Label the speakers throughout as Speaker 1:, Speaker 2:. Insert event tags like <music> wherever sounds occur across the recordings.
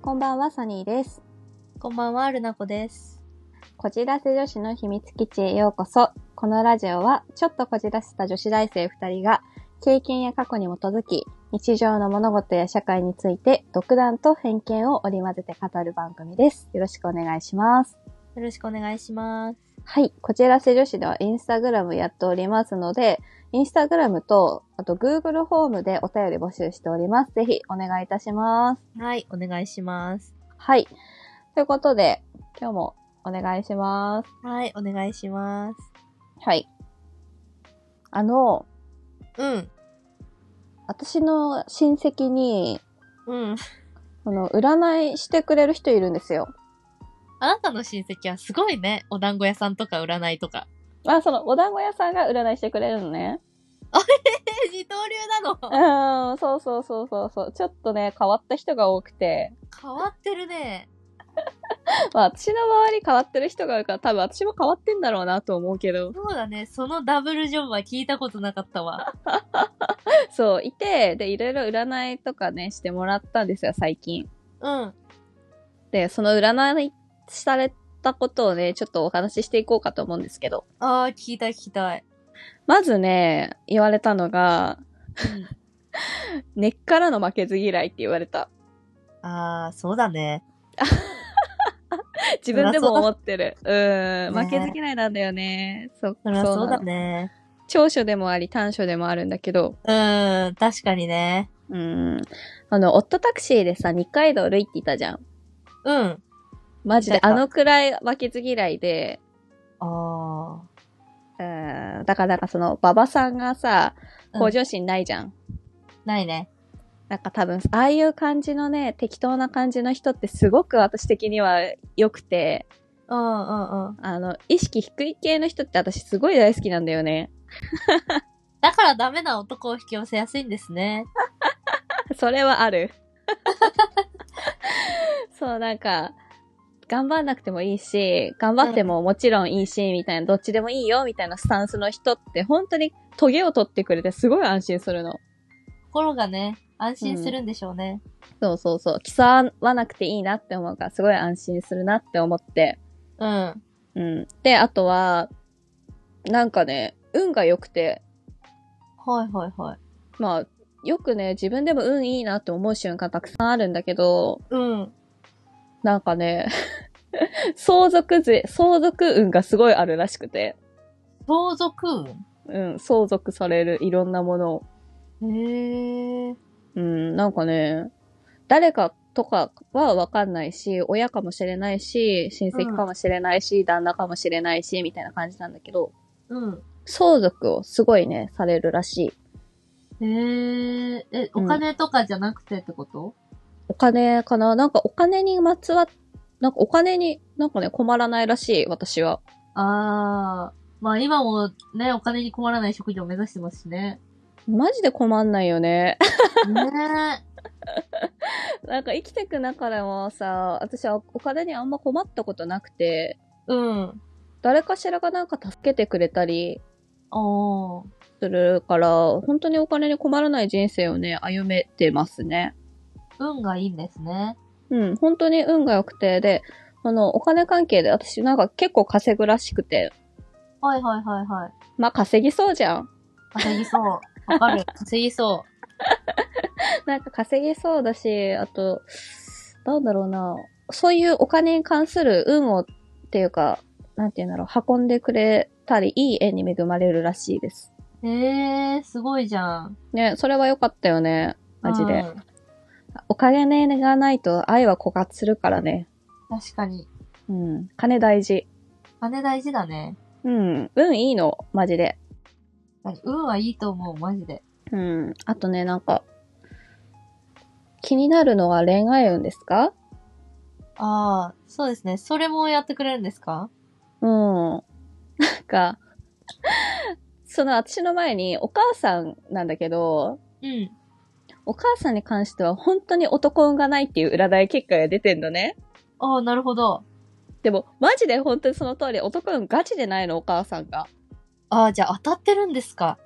Speaker 1: こんばんは、サニーです。
Speaker 2: こんばんは、ルナコです。
Speaker 1: こじらせ女子の秘密基地へようこそ。このラジオは、ちょっとこじらせた女子大生2人が、経験や過去に基づき、日常の物事や社会について、独断と偏見を織り交ぜて語る番組です。よろしくお願いします。
Speaker 2: よろしくお願いします。
Speaker 1: はい。こちらせ女子ではインスタグラムやっておりますので、インスタグラムと、あと Google ホームでお便り募集しております。ぜひお願いいたします。
Speaker 2: はい、お願いします。
Speaker 1: はい。ということで、今日もお願いします。
Speaker 2: はい、お願いします。
Speaker 1: はい。あの、
Speaker 2: うん、
Speaker 1: 私の親戚に、
Speaker 2: うん。
Speaker 1: その、占いしてくれる人いるんですよ。
Speaker 2: あなたの親戚はすごいね。お団子屋さんとか占いとか。
Speaker 1: あ、その、お団子屋さんが占いしてくれるのね。
Speaker 2: え、二刀流な
Speaker 1: うー
Speaker 2: の
Speaker 1: ん、そうそうそうそうそう。ちょっとね、変わった人が多くて。
Speaker 2: 変わってるね。
Speaker 1: まあ、私の周り変わってる人がいるから、多分私も変わってんだろうなと思うけど。
Speaker 2: そうだね。そのダブルジョブは聞いたことなかったわ。
Speaker 1: そう、いて、で、いろいろ占いとかね、してもらったんですよ、最近。
Speaker 2: うん。
Speaker 1: で、その占いされたことをね、ちょっとお話ししていこうかと思うんですけど。
Speaker 2: あー、聞きたい聞きたい。
Speaker 1: まずね、言われたのが、根っからの負けず嫌いって言われた。
Speaker 2: うん、あー、そうだね。
Speaker 1: 自分でも思ってる。うーん、
Speaker 2: ね
Speaker 1: 負けず嫌いなんだよね。そう、
Speaker 2: そりゃそう
Speaker 1: な
Speaker 2: だ
Speaker 1: の
Speaker 2: ね。
Speaker 1: 長所でもあり短所でもあるんだけど、
Speaker 2: うん、確かにね。
Speaker 1: うーん。あの、オットタクシーでさ、二階堂るいっていたじゃん。
Speaker 2: うん。
Speaker 1: マジで、
Speaker 2: いたい
Speaker 1: あ
Speaker 2: た
Speaker 1: のくらい負けず嫌いで、
Speaker 2: あ
Speaker 1: うーん、だからなんかその、馬場さんがさ、
Speaker 2: うん
Speaker 1: 向上心ないじゃん。
Speaker 2: ー、ないね。
Speaker 1: なんか多分、ああいう感じのね、適当な感じの人ってすごく私的には良くて、
Speaker 2: うんうんうん。
Speaker 1: あの、意識低い系の人って私すごい大好きなんだよね。 <laughs>
Speaker 2: だからダメな男を引き寄せやすいんですね。
Speaker 1: それはある。そう、なんか、頑張んなくてもいいし、頑張ってももちろんいいし、みたいな、どっちでもいいよ、みたいなスタンスの人って、本当にトゲを取ってくれてすごい安心するの。
Speaker 2: 心がね、安心するんでしょうね。
Speaker 1: そうそうそう。競わなくていいなって思うから、すごい安心するなって思って。
Speaker 2: うん。
Speaker 1: うん。で、あとは、なんかね、運が良くて、
Speaker 2: はいはいはい。
Speaker 1: まあ、よくね、自分でも運いいなって思う瞬間たくさんあるんだけど、
Speaker 2: うん。
Speaker 1: なんかね、 <laughs> 相続税、相続運がすごいあるらしくて、
Speaker 2: 相続運
Speaker 1: うん、相続されるいろんなものを。
Speaker 2: へえ。
Speaker 1: うん、なんかね、誰かとかはわかんないし、親かもしれないし、親戚かもしれないし、旦那かもしれないし、みたいな感じなんだけど、
Speaker 2: うん。
Speaker 1: 相続をすごいね、されるらしい。
Speaker 2: へえ。え、
Speaker 1: うん
Speaker 2: お金とかじゃなくてってこと、
Speaker 1: お金かななんかお金にまつわ、なんかお金に、なんかね、困らないらしい、私は。
Speaker 2: ああ。まあ今もね、お金に困らない職業を目指してますしね。
Speaker 1: マジで困んないよね。 <laughs>
Speaker 2: ね
Speaker 1: なんか生きてく中でもさ、私はお金にあんま困ったことなくて、
Speaker 2: え。 <laughs> うん。
Speaker 1: 誰かしらがなんか助けてくれたり
Speaker 2: おー。
Speaker 1: するから、本当にお金に困らない人生をね、歩めてますね。
Speaker 2: 運がいいんですね。
Speaker 1: うん、本当に運が良くて、で、あの、お金関係で私なんか結構稼ぐらしくて、
Speaker 2: はいはいはいはい。
Speaker 1: まあ稼ぎそうじゃん。
Speaker 2: 稼ぎそう。わか <laughs> る。稼ぎそ
Speaker 1: なんか稼ぎそうだし、あと、なんだろうな、そういうお金に関する運をっていうか、なんていうんだろう、運んでくれたり、いい縁に恵まれるらしいです。
Speaker 2: う。へえ、すごいじゃん。
Speaker 1: ね、それは良かったよね。マジ
Speaker 2: う
Speaker 1: で。
Speaker 2: ん
Speaker 1: お金がないと愛は枯渇するからね。
Speaker 2: 確かに。
Speaker 1: うん。金大事。
Speaker 2: 金大事だね。
Speaker 1: うん。運いいの、マジで。
Speaker 2: 運はいいと思う、マジで。
Speaker 1: うん。あとね、なんか、気になるのは恋愛運ですか
Speaker 2: ああ、そうですね。それもやってくれるんですか
Speaker 1: うん。なんか、その私の前にお母さんなんだけど、
Speaker 2: うん。
Speaker 1: お母さんに関しては本当に男運がないっていう占い結果が出てんのね。
Speaker 2: ああ、なるほど。
Speaker 1: でも、マジで本当にその通り男運ガチでないの、お母さんが。
Speaker 2: ああ、じゃあ当たってるんですか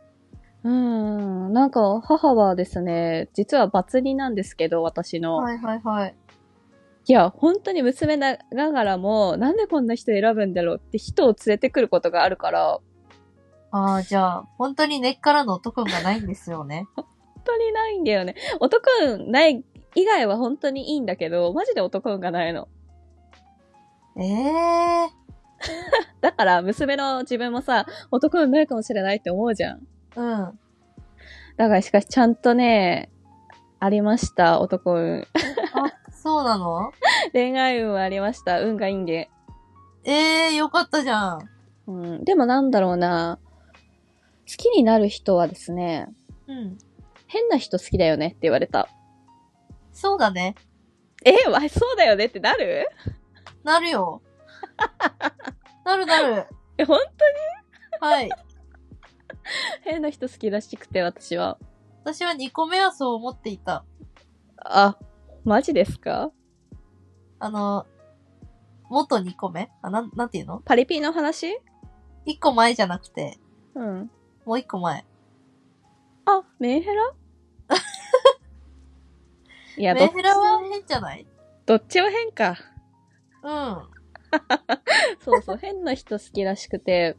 Speaker 1: うーん、なんか母はですね、実はバツ2なんですけど、私の。
Speaker 2: はいはいはい。
Speaker 1: いや、本当に娘ながらも、なんでこんな人選ぶんだろうって人を連れてくることがあるから、
Speaker 2: ああ、じゃあ、本当に根っからの男がないんですよね。 <laughs>
Speaker 1: 本当にないんだよね。男運ない以外は本当にいいんだけど、マジで男運がないの。
Speaker 2: ええ
Speaker 1: だから、娘の自分もさ、男運ないかもしれないって思うじゃん。
Speaker 2: ー、うん。
Speaker 1: だから、しかし、ちゃんとね、ありました、男運。 <laughs>
Speaker 2: そうなの
Speaker 1: 恋愛運はありました。運がいいんで。
Speaker 2: ええよかったじゃん。
Speaker 1: うん。でもなんだろうな。好きになる人はですね、
Speaker 2: うん。
Speaker 1: 変な人好きだよねって言われた。
Speaker 2: そうだね。
Speaker 1: え、わ、そうだよねってなる
Speaker 2: なるよ。なるなる。
Speaker 1: え、ほんと
Speaker 2: はい。
Speaker 1: 変な人好きらしくて、私は。
Speaker 2: 私は2個目はそう思っていた。
Speaker 1: あ、マジですか
Speaker 2: あの、元2個目あ、なん、なんていうの
Speaker 1: パリピの話
Speaker 2: ?1 個前じゃなくて、
Speaker 1: うん。
Speaker 2: もう1個前。
Speaker 1: あ、メンヘラ <laughs> いや、
Speaker 2: メンヘラ
Speaker 1: どっ
Speaker 2: は変じゃない
Speaker 1: ちどっちも変か。 <laughs>
Speaker 2: うん。
Speaker 1: そうそう、変な人好きらしくて。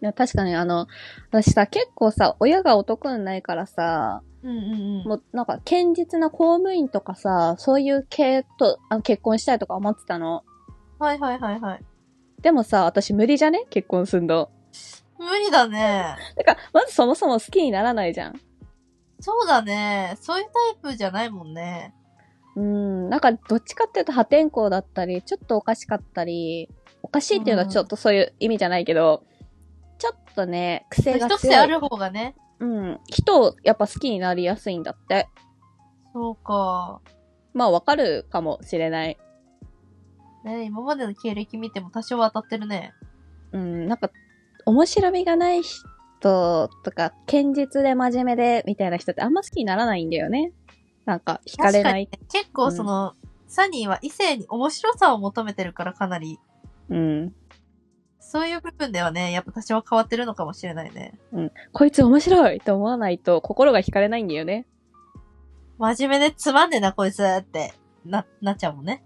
Speaker 1: いや確かにあの、私さ、結構さ、親が男にないからさ、
Speaker 2: うんうんうん。
Speaker 1: もうなんか、堅実な公務員とかさ、そういう系とあの結婚したいとか思ってたの。
Speaker 2: はいはいはいはい。
Speaker 1: でもさ、私無理じゃね結婚すんの。
Speaker 2: 無理だね。
Speaker 1: だから、まずそもそも好きにならないじゃん。
Speaker 2: そうだね。そういうタイプじゃないもんね。
Speaker 1: うん、なんか、どっちかっていうと破天荒だったり、ちょっとおかしかったり、おかしいっていうのはちょっとそういう意味じゃないけど、ちょっとね、癖が強い。
Speaker 2: 一癖ある方がね。
Speaker 1: うん。人をやっぱ好きになりやすいんだって。
Speaker 2: そうか。
Speaker 1: まあわかるかもしれない。
Speaker 2: ね今までの経歴見ても多少は当たってるね。
Speaker 1: うん、なんか、面白みがない人とか、堅実で真面目でみたいな人ってあんま好きにならないんだよね。なんか、惹かれない。
Speaker 2: 確かにね結構その、サニーは異性に面白さを求めてるからかなり、
Speaker 1: うん。
Speaker 2: そういう部分ではね、やっぱ多少は変わってるのかもしれないね。
Speaker 1: こいつ面白いと思わないと心が惹かれないんだよね。
Speaker 2: 真面目でつまんねえな、こいつって、な、なっちゃうもんね。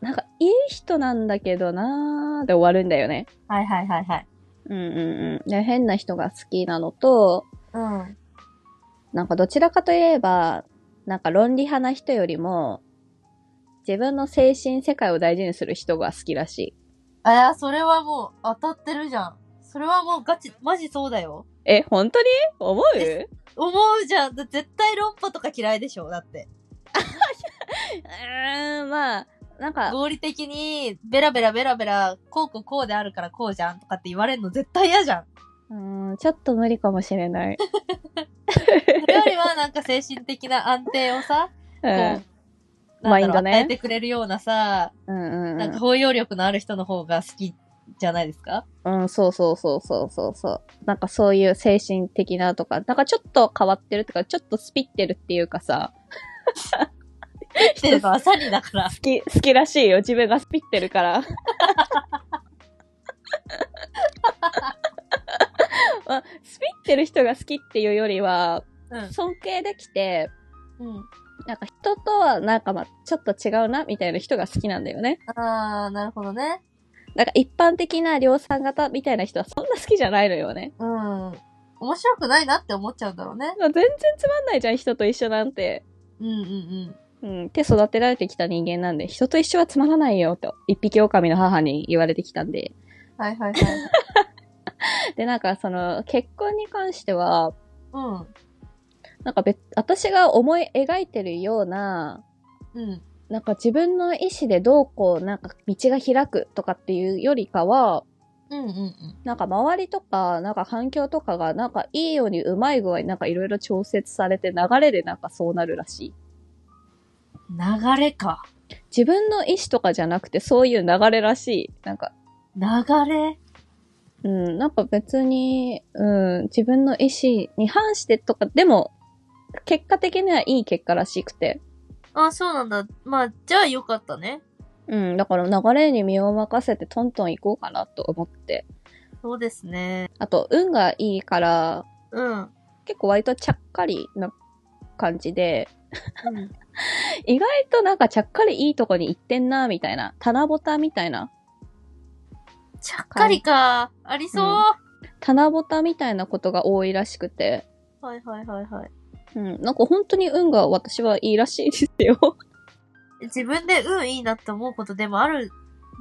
Speaker 1: なんか、いい人なんだけどなーで終わるんだよね。
Speaker 2: はいはいはいはい。
Speaker 1: うんうんうん。で、変な人が好きなのと、
Speaker 2: うん。
Speaker 1: なんかどちらかといえば、なんか論理派な人よりも、自分の精神世界を大事にする人が好きらしい。
Speaker 2: あや、それはもう当たってるじゃん。それはもうガチ、マジそうだよ。
Speaker 1: え、本当に思う
Speaker 2: 思うじゃん。だ絶対論破とか嫌いでしょだって。
Speaker 1: うーん、まあ、なんか、
Speaker 2: 合理的に、ベラベラベラベラ、こうこうこうであるからこうじゃんとかって言われるの絶対嫌
Speaker 1: <laughs>
Speaker 2: じゃ
Speaker 1: う
Speaker 2: ん。
Speaker 1: ーん、ちょっと無理かもしれない。
Speaker 2: それよりはなんか精神的な安定をさ、
Speaker 1: う
Speaker 2: こう、
Speaker 1: ん、マ
Speaker 2: なん
Speaker 1: イ
Speaker 2: だ
Speaker 1: ン
Speaker 2: ろう
Speaker 1: ド
Speaker 2: 与え
Speaker 1: ね。
Speaker 2: てくれるようなさ、
Speaker 1: うんうん
Speaker 2: なんか包容力のある人の方が好きじゃないです
Speaker 1: <laughs>
Speaker 2: か
Speaker 1: うん。うん、そうそうそうそうそうそう。なんかそういう精神的なとか、なんかちょっと変わってるとか、ちょっとスピってるっていうかさ、
Speaker 2: っていうか、朝にだから
Speaker 1: 好。き、好きらしいよ。自分がスピってる
Speaker 2: <laughs>
Speaker 1: から。まあ、スピってる人が好きっていうよりは、
Speaker 2: うん。
Speaker 1: 尊敬できて、
Speaker 2: うん。
Speaker 1: なんか人とはなんかまあちょっと違うなみたいな人が好きなんだよね。
Speaker 2: あー、なるほどね。
Speaker 1: なんか一般的な量産型みたいな人はそんな好きじゃないのよね。
Speaker 2: うん。面白くないなって思っちゃうんだろうね。
Speaker 1: まあ全然つまんないじゃん、人と一緒なんて。
Speaker 2: うんうんうん。
Speaker 1: うん、って育てられてきた人間なんで、人と一緒はつまらないよと、一匹狼の母に言われてきたんで。
Speaker 2: は
Speaker 1: <laughs>
Speaker 2: いはいはい。
Speaker 1: で、なんかその、結婚に関しては、
Speaker 2: う
Speaker 1: なんか別、私が思い描いてるような、
Speaker 2: ん。うん。
Speaker 1: なんか自分の意思でどうこう、なんか道が開くとかっていうよりかは、
Speaker 2: うんうんうん。
Speaker 1: なんか周りとか、なんか環境とかが、なんかいいようにうまい具合になんかいろいろ調節されて流れでなんかそうなるらしい。
Speaker 2: 流れか。
Speaker 1: 自分の意思とかじゃなくてそういう流れらしい。なんか、
Speaker 2: 流れ
Speaker 1: うん、なんか別に、うん、自分の意思に反してとか、でも、結果的にはいい結果らしくて。
Speaker 2: あ、そうなんだ。まあ、じゃあよかったね。
Speaker 1: うん、だから流れに身を任せてトントン行こうかなと思って。
Speaker 2: そうですね。
Speaker 1: あと、運がいいから、
Speaker 2: うん。
Speaker 1: 結構割とちゃっかりな感じで、
Speaker 2: うん
Speaker 1: 意外となんかちゃっかりいいとこに行ってんな、みたいな。棚ぼたみたいな。
Speaker 2: ちゃっかりか。ありそう。
Speaker 1: うん棚ぼたみたいなことが多いらしくて。
Speaker 2: はいはいはいはい。
Speaker 1: うん。なんか本当に運が私はいいらしいですよ。 <laughs>
Speaker 2: 自分で運いいなって思うことでもある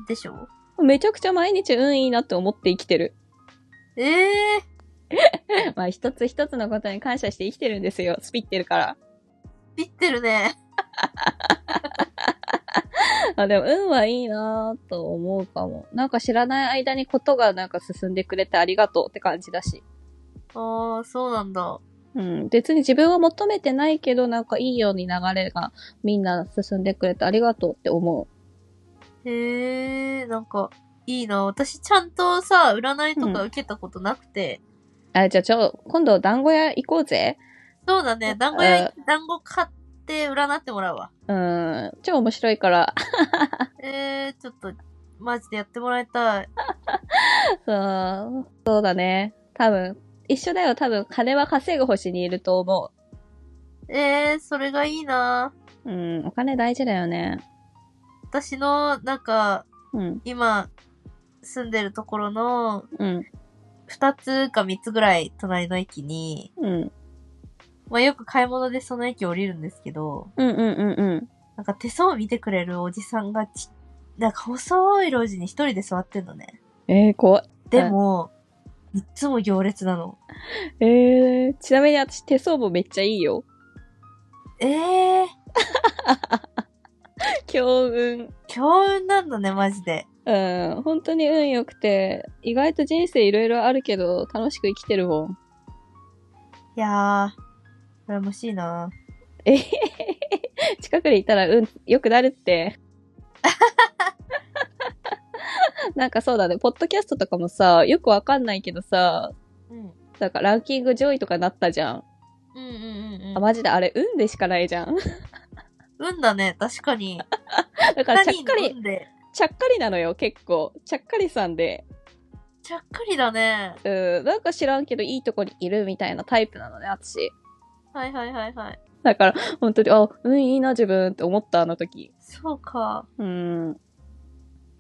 Speaker 2: でしょ
Speaker 1: めちゃくちゃ毎日運いいなって思って生きてる。
Speaker 2: ええ
Speaker 1: まあ一つ一つのことに感謝して生きてるんですよ。スピってるから。
Speaker 2: ー、ビってるね。
Speaker 1: <laughs> あでも運はいいなぁと思うかも。なんか知らない間にことがなんか進んでくれてありがとうって感じだし。
Speaker 2: ああ、そうなんだ。
Speaker 1: うん。別に自分は求めてないけど、なんかいいように流れがみんな進んでくれてありがとうって思
Speaker 2: へえー、なんか、いいな。私ちゃんとさ、占いとか受けたことなくて。
Speaker 1: う。あ、じゃあちょ、今度団子屋行こうぜ。
Speaker 2: そうだね。団子屋、団子買って占ってもらうわ。
Speaker 1: うん。超面白いから。 <laughs>
Speaker 2: えー、ちょっと、マジでやってもらいたい。
Speaker 1: そう、そうだね。多分、一緒だよ。多分、金は稼ぐ星にいると思
Speaker 2: えー、それがいいな。
Speaker 1: う。うん、お金大事だよね。
Speaker 2: 私の、なんか、
Speaker 1: うん、
Speaker 2: 今、住んでるところの、
Speaker 1: うん、
Speaker 2: 二つか三つぐらい隣の駅に、
Speaker 1: うん、
Speaker 2: まあよく買い物でその駅降りるんですけど、
Speaker 1: うん、うん、うん、うん。
Speaker 2: なんか手相見てくれるおじさんがち、なんか細い路地に一人で座ってんのね。
Speaker 1: えー、怖い。
Speaker 2: でも、いっつも行列なの。
Speaker 1: えー、ちなみに私手相もめっちゃいいよ。
Speaker 2: ええー、
Speaker 1: 強運。
Speaker 2: 強運なんだね、マジで。
Speaker 1: うん、本当に運良くて、意外と人生いろいろあるけど、楽しく生きてるもん。
Speaker 2: いやー、羨ましいな
Speaker 1: えへへへ近くにいたら運良くなるって。なんかそうだね、ポッドキャストとかもさ、よくわかんないけどさ、
Speaker 2: うん。
Speaker 1: なんかランキング上位とかなったじゃん。
Speaker 2: うんうんうんう
Speaker 1: あ、
Speaker 2: ん。
Speaker 1: マジであれ、運でしかないじゃん。
Speaker 2: 運だね、確かに。
Speaker 1: だから、ちゃっか
Speaker 2: 何
Speaker 1: り、
Speaker 2: 運で。
Speaker 1: ちゃっかりなのよ、結構。ちゃっかりさんで。
Speaker 2: ちゃっかりだね。
Speaker 1: うん、なんか知らんけど、いいとこにいるみたいなタイプなのね、私。
Speaker 2: はいはいはいはい。
Speaker 1: だから、本当に、あ、運いいな、自分って思った、あの時。
Speaker 2: そうか。
Speaker 1: うん。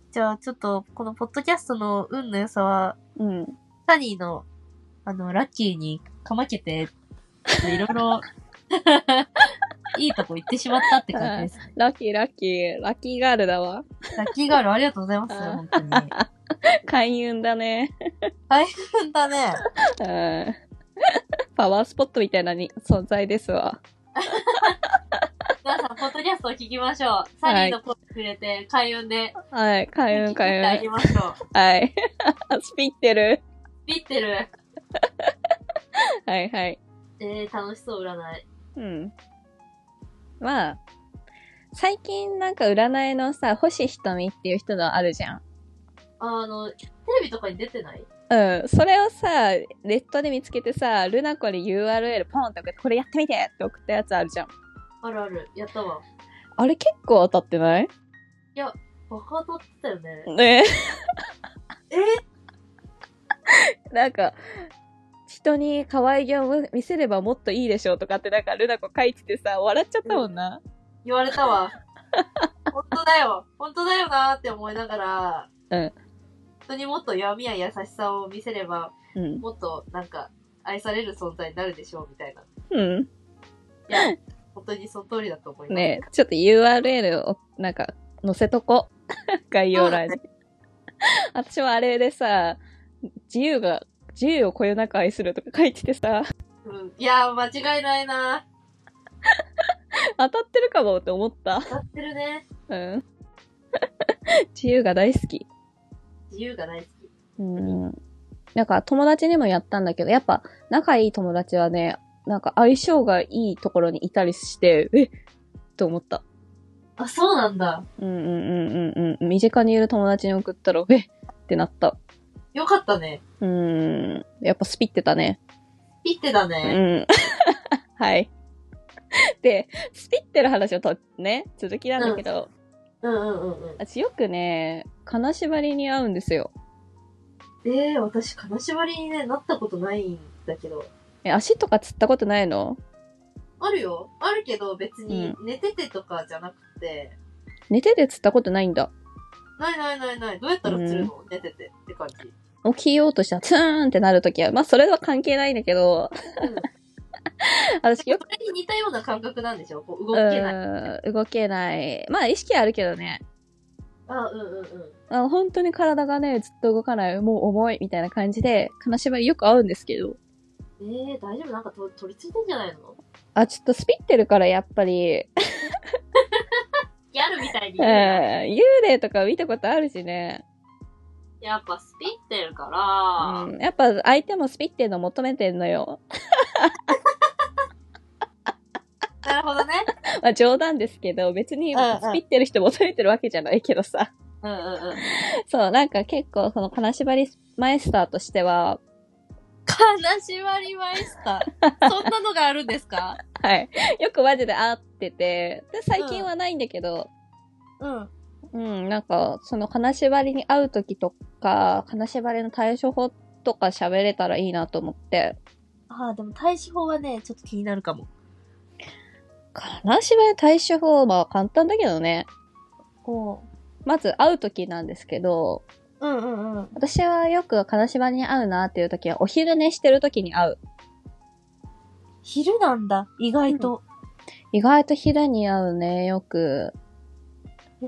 Speaker 2: じゃあちょっと、このポッドキャストの運の良さは、
Speaker 1: うん。
Speaker 2: サニーの、あの、ラッキーにかまけて、ちょっといろいろ、いいとこ行ってしまったって感じですね。
Speaker 1: ラッキー、ラッキー、ラッキーガールだわ。
Speaker 2: ラッキーガールありがとうございます、本当に。
Speaker 1: 開運だね。
Speaker 2: 運だね。
Speaker 1: うん。パワースポットみたいなに存在ですわ。
Speaker 2: 皆さん、ポッドキャストを聞きましょう。サニーの声触れて、開運で、
Speaker 1: はい、開運、開
Speaker 2: あげ
Speaker 1: 運。
Speaker 2: ましょう。
Speaker 1: はい。 <laughs> スピってる。
Speaker 2: ビってる。
Speaker 1: はい、はい。
Speaker 2: えー、楽しそう、占い。
Speaker 1: うん。まあ、最近なんか占いのさ、星ひとみっていう人のあるじゃん。
Speaker 2: あの、テレビとかに出てない
Speaker 1: うん。それをさ、ネットで見つけてさ、ルナコに URL ポンって送って、これやってみてって送ったやつあるじゃん。
Speaker 2: あるある。やったわ。
Speaker 1: あれ結構当たってない
Speaker 2: バカ当たってたよね。
Speaker 1: ねえ。
Speaker 2: え
Speaker 1: <laughs> なんか、人に可愛げを見せればもっといいでしょうとかってなんかルナコ書いててさ、笑っちゃったもんな。
Speaker 2: 言われ
Speaker 1: <laughs>
Speaker 2: たわ。本当だよ。本当だよなーって思いながら、
Speaker 1: うん。
Speaker 2: 人にもっと弱みや優しさを見せれば、
Speaker 1: うん。
Speaker 2: もっとなんか、愛される存在になるでしょう、みたいな。い
Speaker 1: うん。 <laughs>
Speaker 2: や、本当にその通りだと思います。
Speaker 1: ねえちょっと URL を、なんか、載せとこ。 <laughs> 概要欄に。私もあれでさ、自由が、自由をこよなく愛するとか書いててさ、 <laughs>
Speaker 2: うん。いやー、間違いないな
Speaker 1: 当たってるかもって思った。
Speaker 2: ー。当たってるね。
Speaker 1: うん。 <laughs> 自由が大好き。
Speaker 2: 自由が大好き。
Speaker 1: うん。なんか友達にもやったんだけど、やっぱ仲いい友達はね、なんか相性がいいところにいたりして、えっと思った。
Speaker 2: あ、そうなんだ。
Speaker 1: うんうんうんうんうん。身近にいる友達に送ったら、えっってなった。
Speaker 2: よかったね。
Speaker 1: うーん。やっぱスピってたね。
Speaker 2: ピッてだ
Speaker 1: う
Speaker 2: ね。
Speaker 1: ん。 <laughs> はい。で、スピってる話をと、ね、続きなんだけど、
Speaker 2: うんうんうんうん。
Speaker 1: 私よくね、金縛りに合うんですよ。
Speaker 2: えー、私、金縛りにね、なったことないんだけど。
Speaker 1: え、足とかつったことないの
Speaker 2: あるよ。あるけど、別に
Speaker 1: う
Speaker 2: 寝ててとかじゃなくて、
Speaker 1: 寝てて釣ったことないんだ。
Speaker 2: ないないないない。どうやったら釣るの、寝ててって感じ。
Speaker 1: 起きようとしたら、ツーンってなるときは、まあ、それは関係ないんだけど、
Speaker 2: うん。そ
Speaker 1: 私よく、
Speaker 2: れに似たような感覚なんでしょこう動
Speaker 1: う
Speaker 2: けない。
Speaker 1: ーん、動けない。まあ、意識はあるけどね。
Speaker 2: あ、うんうんうん。
Speaker 1: あ本当に体がね、ずっと動かない、もう重い、みたいな感じで、金縛りよく合うんですけど。
Speaker 2: ええー、大丈夫なんかと取り付いてんじゃないの
Speaker 1: あ、ちょっとスピってるから、やっぱり、
Speaker 2: ギャルみたいに
Speaker 1: うん、
Speaker 2: 言うな
Speaker 1: 幽霊とか見たことあるしね。
Speaker 2: やっぱスピってるか
Speaker 1: う
Speaker 2: ら、
Speaker 1: ん、やっぱ相手もスピってるの求めてんのよ。 <laughs>
Speaker 2: なるほどね。
Speaker 1: まあ冗談ですけど、別に
Speaker 2: うんうん
Speaker 1: スピってる人求めてるわけじゃないけどさ。 <laughs>
Speaker 2: うんうんうん。
Speaker 1: そう、なんか結構その金縛りマイスターとしては、
Speaker 2: 金縛りマイス <laughs> ター。そんなのがあるんですか
Speaker 1: はい。 <laughs> よくマジで会ってて、で、最近はないんだけど、
Speaker 2: うん。
Speaker 1: うん、なんか、その金縛りに会う時とか、金縛りの対処法とか喋れたらいいなと思って、
Speaker 2: ああ、でも対処法はね、ちょっと気になるかも。
Speaker 1: 金縛りの対処法は簡単だけどね。
Speaker 2: おう。
Speaker 1: まず会う時なんですけど、
Speaker 2: うんうんうん。
Speaker 1: 私はよく金縛りに会うなっていう時は、お昼寝してる時に会う。
Speaker 2: 昼なんだ、意外と。
Speaker 1: 意外と昼に合うね、よく。
Speaker 2: ええ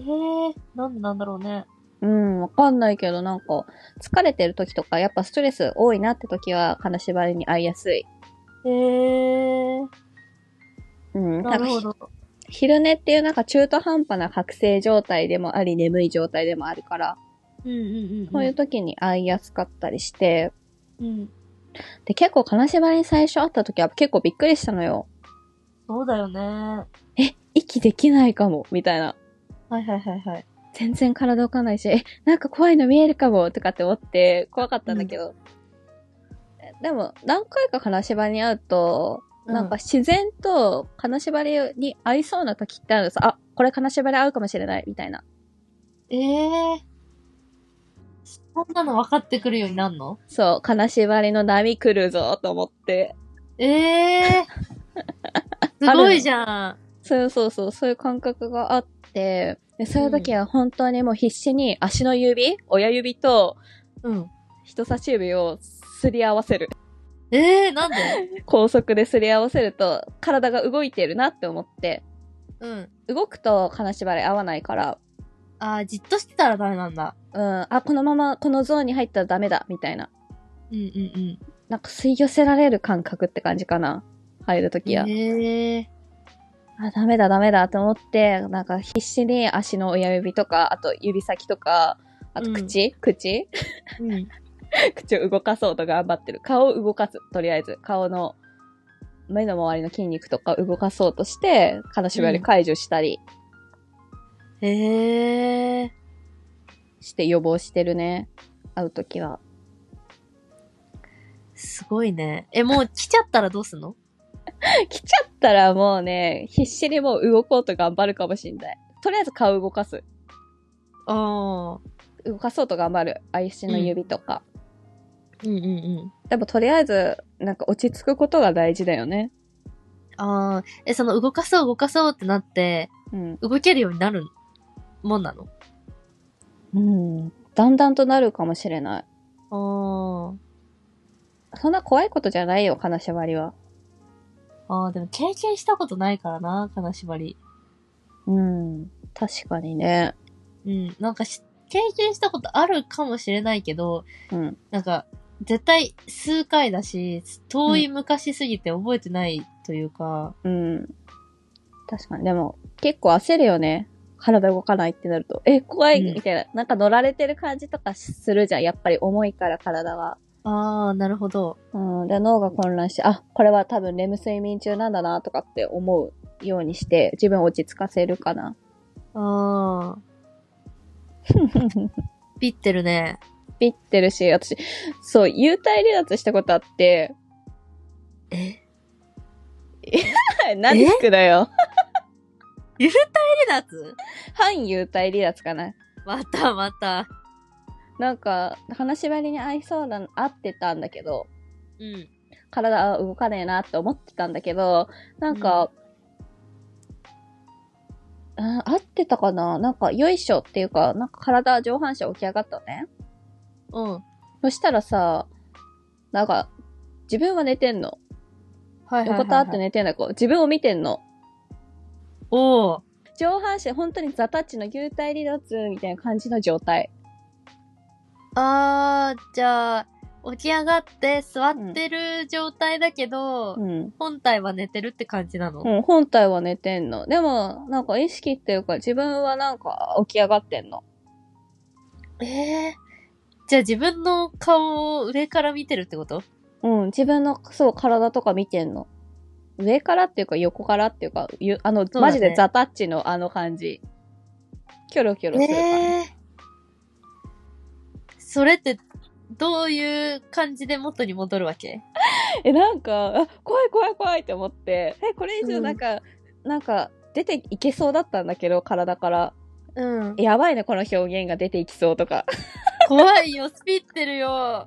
Speaker 2: なんでなんだろうね。
Speaker 1: うん、わかんないけど、なんか、疲れてる時とか、やっぱストレス多いなって時は、金縛りに合いやすい。
Speaker 2: ええ
Speaker 1: うん、
Speaker 2: な
Speaker 1: なんか
Speaker 2: るほ
Speaker 1: ひ、
Speaker 2: ど。
Speaker 1: 昼寝っていうなんか中途半端な覚醒状態でもあり、眠い状態でもあるから、
Speaker 2: うんうんうん。
Speaker 1: そういう時に合いやすかったりして、
Speaker 2: うん。
Speaker 1: で、結構金縛りに最初会った時は結構びっくりしたのよ。
Speaker 2: そうだよね。は
Speaker 1: え、息できないかも、みたいな。
Speaker 2: いはいはいはい。
Speaker 1: 全然体動かないし、え、なんか怖いの見えるかもとかって思って怖かったんだけど。えでも、何回か金縛りに会うと、なんか、自然と金縛りに合いそうな時ってあるのさ、あ、これ金縛り合うかもしれないみたいな。
Speaker 2: ええそんなの分かってくるようになんの
Speaker 1: そう、金縛りの波来るぞと思って。
Speaker 2: <laughs> ええすごいじゃん。
Speaker 1: そうそうそう、そういう感覚があって、でそういう時は本当にもう必死に足の指、親指と
Speaker 2: うん。
Speaker 1: 人差し指をすり合わせる。
Speaker 2: ええなん <laughs> で
Speaker 1: 高速ですり合わせると体が動いてるなって思って
Speaker 2: うん。
Speaker 1: 動くと金縛り合わないから
Speaker 2: ああ、じっとしてたらダメなんだ。
Speaker 1: うんあこのままこのゾーンに入ったらダメだみたいな
Speaker 2: うんうんうん。
Speaker 1: なんか吸い寄せられる感覚って感じかな入るときは、
Speaker 2: ええ
Speaker 1: あダメだダメだと思ってなんか必死に足の親指とかあと指先とかあと口、口 <laughs>
Speaker 2: うん。
Speaker 1: 口を動かそうと頑張ってる顔を動かすとりあえず顔の目の周りの筋肉とか動かそうとして金縛り解除したり
Speaker 2: ええ
Speaker 1: して予防してるね。会うときは。 <laughs>
Speaker 2: すごいね。え、もう来ちゃったらどうすんの
Speaker 1: 来ちゃったらもうね、必死にもう動こうと頑張るかもしんない。とりあえず顔動かす。
Speaker 2: ああ。
Speaker 1: 動かそうと頑張る。愛しの指とか。
Speaker 2: うんうんうん。
Speaker 1: でもとりあえず、なんか落ち着くことが大事だよね。
Speaker 2: ああ。え、その動かそう動かそうってなって、
Speaker 1: うん。
Speaker 2: 動けるようになるもんなの
Speaker 1: うん。だんだんとなるかもしれない。
Speaker 2: あ
Speaker 1: そんな怖いことじゃないよ、金縛りは。
Speaker 2: あ。ああ、でも経験したことないからな、金縛り。
Speaker 1: うん。確かにね。
Speaker 2: うん。なんかし、経験したことあるかもしれないけど、
Speaker 1: うん。
Speaker 2: なんか、絶対数回だし、遠い昔すぎて覚えてないというか、
Speaker 1: うん。確かに。でも、結構焦るよね。体動かないってなると。え、怖い
Speaker 2: うん
Speaker 1: みたいな。なんか乗られてる感じとかするじゃん。やっぱり重いから体は。
Speaker 2: ああ、なるほど。
Speaker 1: うん。で、脳が混乱して、あ、これは多分レム睡眠中なんだなとかって思うようにして、自分を落ち着かせるかな。 <laughs>
Speaker 2: ああ。ビってるね。
Speaker 1: ビってるし、私、そう、幽体離脱したことあって、 <laughs>
Speaker 2: え
Speaker 1: 何ですくだよ。
Speaker 2: 離脱
Speaker 1: 反幽体離脱かな。
Speaker 2: またまた。
Speaker 1: なんか、話しばりに合いそうな、合ってたんだけど、
Speaker 2: うん。
Speaker 1: 体は動かねえなって思ってたんだけど、なんか、うん、合ってたかななんか、よいしょっていうか、なんか体、上半身起き上がったのね。
Speaker 2: うん。
Speaker 1: そしたらさ、なんか、自分は寝てんの。
Speaker 2: はいはいはい、はい。
Speaker 1: 横たわって。寝てんだけど、自分を見てんの。
Speaker 2: おー。
Speaker 1: 上半身、本当にザタッチの牛体離脱みたいな感じの状態。
Speaker 2: あー、じゃあ、起き上がって座ってる状態だけど、
Speaker 1: うん。
Speaker 2: 本体は寝てるって感じなの。
Speaker 1: うん、本体は寝てんの。でも、なんか意識っていうか、自分はなんか起き上がってんの。
Speaker 2: ええじゃあ自分の顔を上から見てるってこと
Speaker 1: うん、自分の、そう、体とか見てんの。上からっていうか、横からっていうか、ゆあの、
Speaker 2: だね
Speaker 1: マジでザタッチのあの感じ。キョロキョロする感じ。
Speaker 2: えそれって、どういう感じで元に戻るわけ
Speaker 1: え、なんか、あ怖い怖い怖いって思って、え、これ以上なんか、なんか、出ていけそうだったんだけど、体から。
Speaker 2: うん。
Speaker 1: やばいね、この表現が出ていきそうとか。 <laughs>
Speaker 2: 怖いよ、スピってるよ。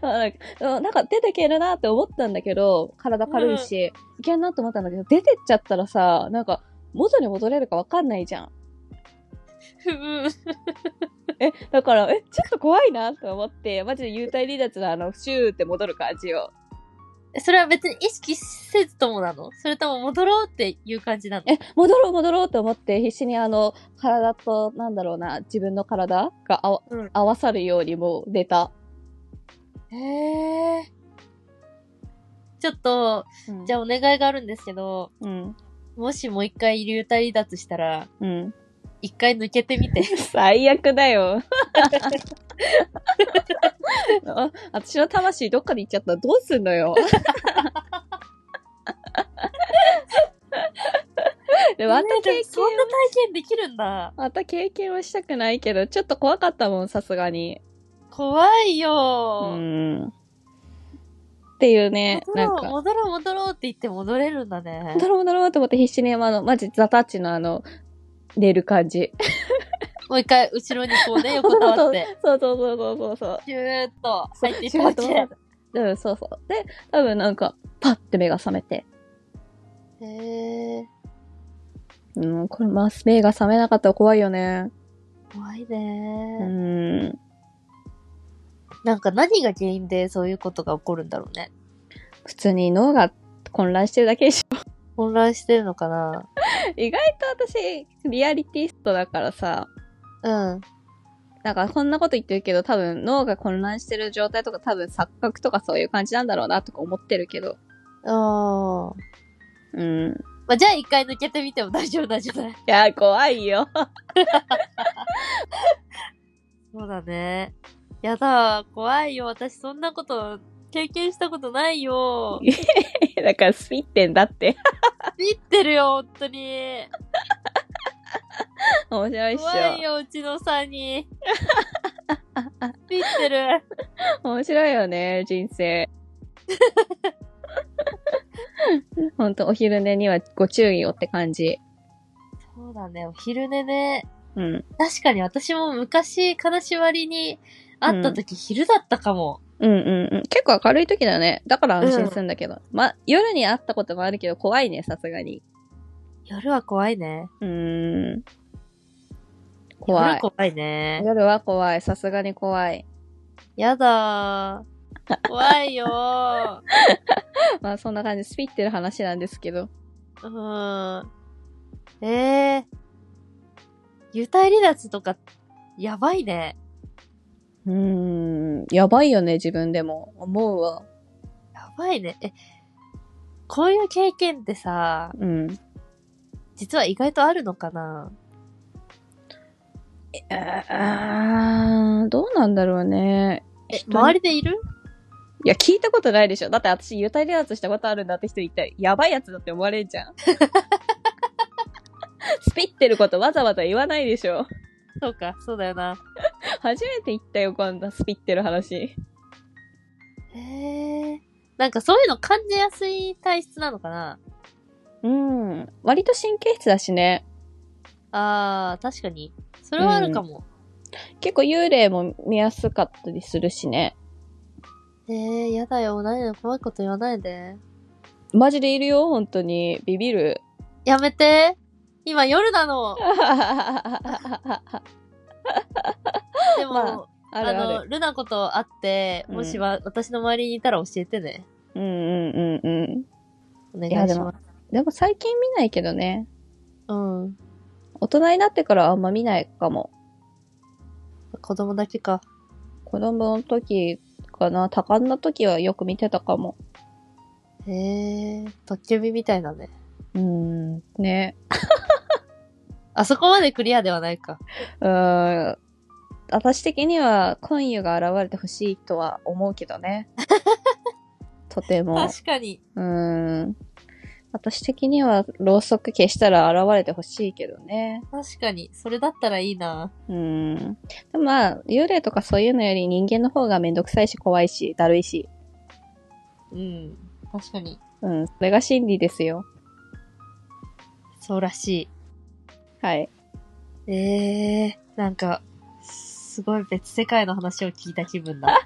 Speaker 1: なんかうんなんか出ていけるなって思ったんだけど、体軽いし、いけるなと思ったんだけど、出てっちゃったらさ、なんか、元に戻れるかわかんないじゃん。
Speaker 2: うん。
Speaker 1: え、だから、え、ちょっと怖いなと思って、マジで幽体離脱のあの、シューって戻る感じを。
Speaker 2: それは別に意識せずともなのそれとも戻ろうっていう感じなの
Speaker 1: え、戻ろう戻ろうと思って、必死にあの、体と、なんだろうな、自分の体があわ、
Speaker 2: うん
Speaker 1: 合わさるようにもう出た。
Speaker 2: へえ。ちょっと、じ
Speaker 1: じ
Speaker 2: ゃ
Speaker 1: ゃあ、
Speaker 2: あお願いがあるんですけど、
Speaker 1: うん。
Speaker 2: もしもう一回流体離脱したら、
Speaker 1: うん。
Speaker 2: 一回抜けてみ
Speaker 1: <laughs>
Speaker 2: て。
Speaker 1: 最悪だよ。 <laughs> あ私の魂どっかで行っちゃったらどうすんの <laughs> よ。でまた経験
Speaker 2: そんな体験できるんだ。
Speaker 1: また経験はしたくないけど、ちょっと怖かったもん、さすがに。
Speaker 2: 怖いうよ、
Speaker 1: ん。っていうね、
Speaker 2: 戻
Speaker 1: なん
Speaker 2: ろう、
Speaker 1: か。
Speaker 2: 戻ろう、戻ろうって言って戻れるんだね。
Speaker 1: だろうだろうと思って必死に、あの、マジザタッチのあの、寝る感じ。
Speaker 2: もう一回、後ろにこうね、横たわって。
Speaker 1: <laughs> そうそうそうそうそうそう。
Speaker 2: シューッと入っていっ
Speaker 1: 仕
Speaker 2: たわけ
Speaker 1: 事。うん、そうそう。で、多分なんか、パッて目が覚めて、
Speaker 2: へえ。
Speaker 1: うん、これ、まあ、目が覚めなかったら怖いよね。
Speaker 2: 怖いうね、
Speaker 1: ん。
Speaker 2: なんか何が原因でそういうことが起こるんだろうね。
Speaker 1: 普通に脳が混乱してるだけでしょ。
Speaker 2: 混乱してるのかな
Speaker 1: 意外と私、リアリティストだからさ、
Speaker 2: うん。
Speaker 1: なんかこんなこと言ってるけど、多分脳が混乱してる状態とか、多分錯覚とかそういう感じなんだろうなとか思ってるけど。
Speaker 2: ああ。
Speaker 1: うん。
Speaker 2: まあ、じゃあ一回抜けてみても大丈夫なんじゃない
Speaker 1: いや、怖いよ。 <laughs>
Speaker 2: そうだね。やだ、怖いよ。私そんなこと経験したことないよ。
Speaker 1: だからスピってんだって。
Speaker 2: ビってるよ、本当に。
Speaker 1: <laughs> 面白いっし
Speaker 2: 怖い
Speaker 1: ょ。
Speaker 2: よ、うちのさんに。ビってる。
Speaker 1: 面白いよね、人 <laughs> 生。ほんと、お昼寝にはご注意をって感じ。
Speaker 2: そうだね、お昼寝ね。
Speaker 1: うん。
Speaker 2: 確かに私も昔、金縛りに会った時、昼だったかも。
Speaker 1: うんうんうん。結構明るい時だよね。だから安心するんだけど。ま、夜に会ったこともあるけど怖いね、さすがに。
Speaker 2: 夜は怖いね。
Speaker 1: うーん。怖
Speaker 2: 夜
Speaker 1: い。
Speaker 2: 怖いね。
Speaker 1: 夜は怖い。さすがに怖い。
Speaker 2: やだー。怖いよー。
Speaker 1: まあそんな感じ、スピってる話なんですけど。
Speaker 2: うーん。ええー。幽体離脱とか、やばいね。
Speaker 1: うーん。やばいよね、自分でも。思うわ。
Speaker 2: やばいね。え、こういう経験ってさ、
Speaker 1: うん。
Speaker 2: 実は意外とあるのかな
Speaker 1: あーどうなんだろうね。
Speaker 2: え、
Speaker 1: 人に
Speaker 2: 周りでいる
Speaker 1: いや、聞いたことないでしょ。だって私、幽体離脱したことあるんだって人言ったら、やばいやつだって思われんじ <laughs> ゃん。スピってることわざわざ言わないでしょ。
Speaker 2: そうか、そうだよな。
Speaker 1: 初めて言ったよ、こんなスピってる話。
Speaker 2: ええー。なんかそういうの感じやすい体質なのかな
Speaker 1: うん。割と神経質だしね。
Speaker 2: あー、確かに。それはあるかも。
Speaker 1: 結構幽霊も見やすかったりするしね。
Speaker 2: ええー、やだよ。何よ。怖いこと言わないで。
Speaker 1: マジでいるよ、本当に。ビビる。
Speaker 2: <laughs> やめて。今夜な <laughs> の。でも、
Speaker 1: ま
Speaker 2: あ、
Speaker 1: あるあ
Speaker 2: の、
Speaker 1: る。
Speaker 2: ルナ子と会って、
Speaker 1: うん
Speaker 2: もしは、私の周りにいたら教えてね。
Speaker 1: うんうんうんうん。
Speaker 2: お願い
Speaker 1: いやで
Speaker 2: し
Speaker 1: も
Speaker 2: ます。
Speaker 1: でも最近見ないけどね。
Speaker 2: うん。
Speaker 1: 大人になってからあんま見ないかも。
Speaker 2: 子供だけか。
Speaker 1: 子供の時かな、多感な時はよく見てたかも。
Speaker 2: へえー、特急便みたいだね。
Speaker 1: うーん、ね。
Speaker 2: あそこまでクリアではないか。
Speaker 1: うーん。私的には、今夜が現れてほしいとは思うけど
Speaker 2: <laughs>
Speaker 1: ね。とても。
Speaker 2: 確かに。
Speaker 1: うーん。私的には、ろうそく消したら現れてほしいけどね。
Speaker 2: 確かに。それだったらいいな。
Speaker 1: うーん。でもまあ、幽霊とかそういうのより人間の方がめんどくさいし、怖いし、だるいし。
Speaker 2: うん。確かに。
Speaker 1: うん。それが真理ですよ。
Speaker 2: そうらし
Speaker 1: はい。
Speaker 2: い。ええー、なんか、すごい別世界の話を聞いた気
Speaker 1: <laughs>
Speaker 2: 分だ。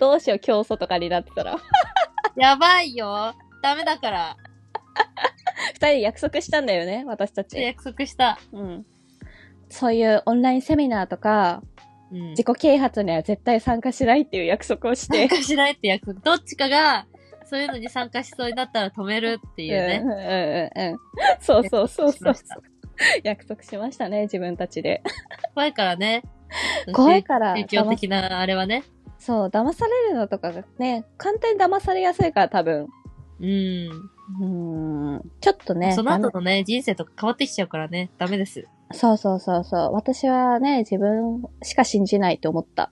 Speaker 1: どうしよう、競争とかになってたら。 <laughs>
Speaker 2: やばいよ。ダメだから。
Speaker 1: 二人で約束したんだよね、私たち。
Speaker 2: 約束した。
Speaker 1: うん。そういうオンラインセミナーとか、
Speaker 2: うん。
Speaker 1: 自己啓発には絶対参加しないっていう約束をし <laughs> て。
Speaker 2: 参加しないって約束。どっちかが、そういうのに参加しそうになったら止めるっていうね。
Speaker 1: うんうんうんうん。そうそうそうそう
Speaker 2: 約束しました。
Speaker 1: 約束しましたね、自分たちで。
Speaker 2: 怖いからね。
Speaker 1: 怖いから、
Speaker 2: 宗教
Speaker 1: 騙
Speaker 2: 的なあれはね。
Speaker 1: そう、騙されるのとかがね、簡単に騙されやすいから多分。
Speaker 2: うん。
Speaker 1: うーん。ちょっとね、
Speaker 2: その後
Speaker 1: ダ
Speaker 2: のね、人生とか変わってきちゃうからね、ダメです。
Speaker 1: メそうそうそうそう。私はね、自分しか信じないと思った。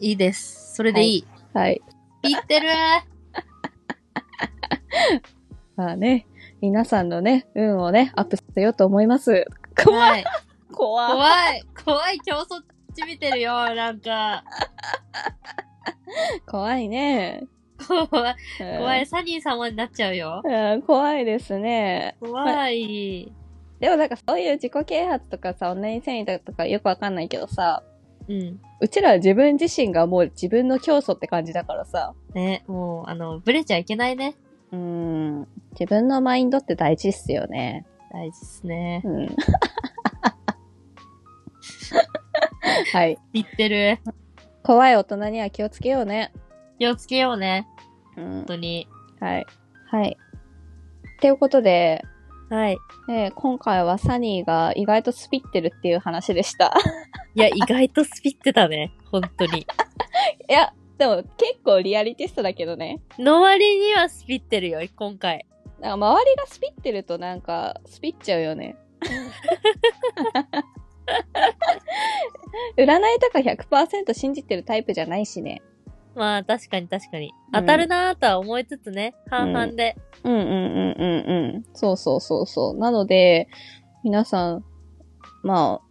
Speaker 2: いいです。それでいい。
Speaker 1: はい。
Speaker 2: ピってる
Speaker 1: まあね、皆さんのね、運をね、アップさせようと思います。
Speaker 2: 怖い。
Speaker 1: 怖い。
Speaker 2: 怖い。怖い競争ち見てるよ、なんか。
Speaker 1: 怖いね。
Speaker 2: 怖い。
Speaker 1: うん
Speaker 2: 怖い。。サニー様になっちゃうよ。
Speaker 1: うん怖いですね。
Speaker 2: 怖い。
Speaker 1: でもなんかそういう自己啓発とかさ、オンラインセミナーとかよくわかんないけどさ、
Speaker 2: うん。
Speaker 1: うちらは自分自身がもう自分の教祖って感じだからさ、
Speaker 2: ね、もう、あの、ブレちゃいけないね。
Speaker 1: うーん、自分のマインドって大事っすよね。
Speaker 2: 大事ですね。
Speaker 1: うん。 <laughs> はい。
Speaker 2: ピってる。
Speaker 1: 怖い大人には気をつけようね。
Speaker 2: 気をつけようね。
Speaker 1: うん
Speaker 2: 本。当に。
Speaker 1: はい。はい。っていうことで、
Speaker 2: はい。
Speaker 1: ね、今回はサニーが意外とスピってるっていう話でした。 <laughs>
Speaker 2: い <laughs> や、意外とスピってたね。本当に。
Speaker 1: いや、でも結構リアリティストだけどね。
Speaker 2: の割にはスピってるよ、今回。
Speaker 1: なんか周りがスピってるとなんかスピっちゃうよね。 <laughs> 占いとか100%信じてるタイプじゃないしね。
Speaker 2: まあ、確かに確かに。
Speaker 1: うん
Speaker 2: 当たるなぁとは思いつつね、半々で。
Speaker 1: うんうんうんうんうん。そうそうそうそう。なので、皆さん、まあ、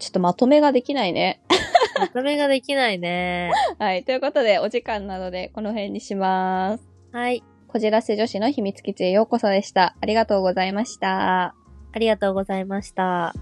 Speaker 1: ちょっとまとめができないね。 <laughs>
Speaker 2: まとめができないね。
Speaker 1: はい。ということで、お時間なので、この辺にします。
Speaker 2: はい。
Speaker 1: こじらせ女子の秘密基地へようこそでした。ありがとうございました。
Speaker 2: ありがとうございました。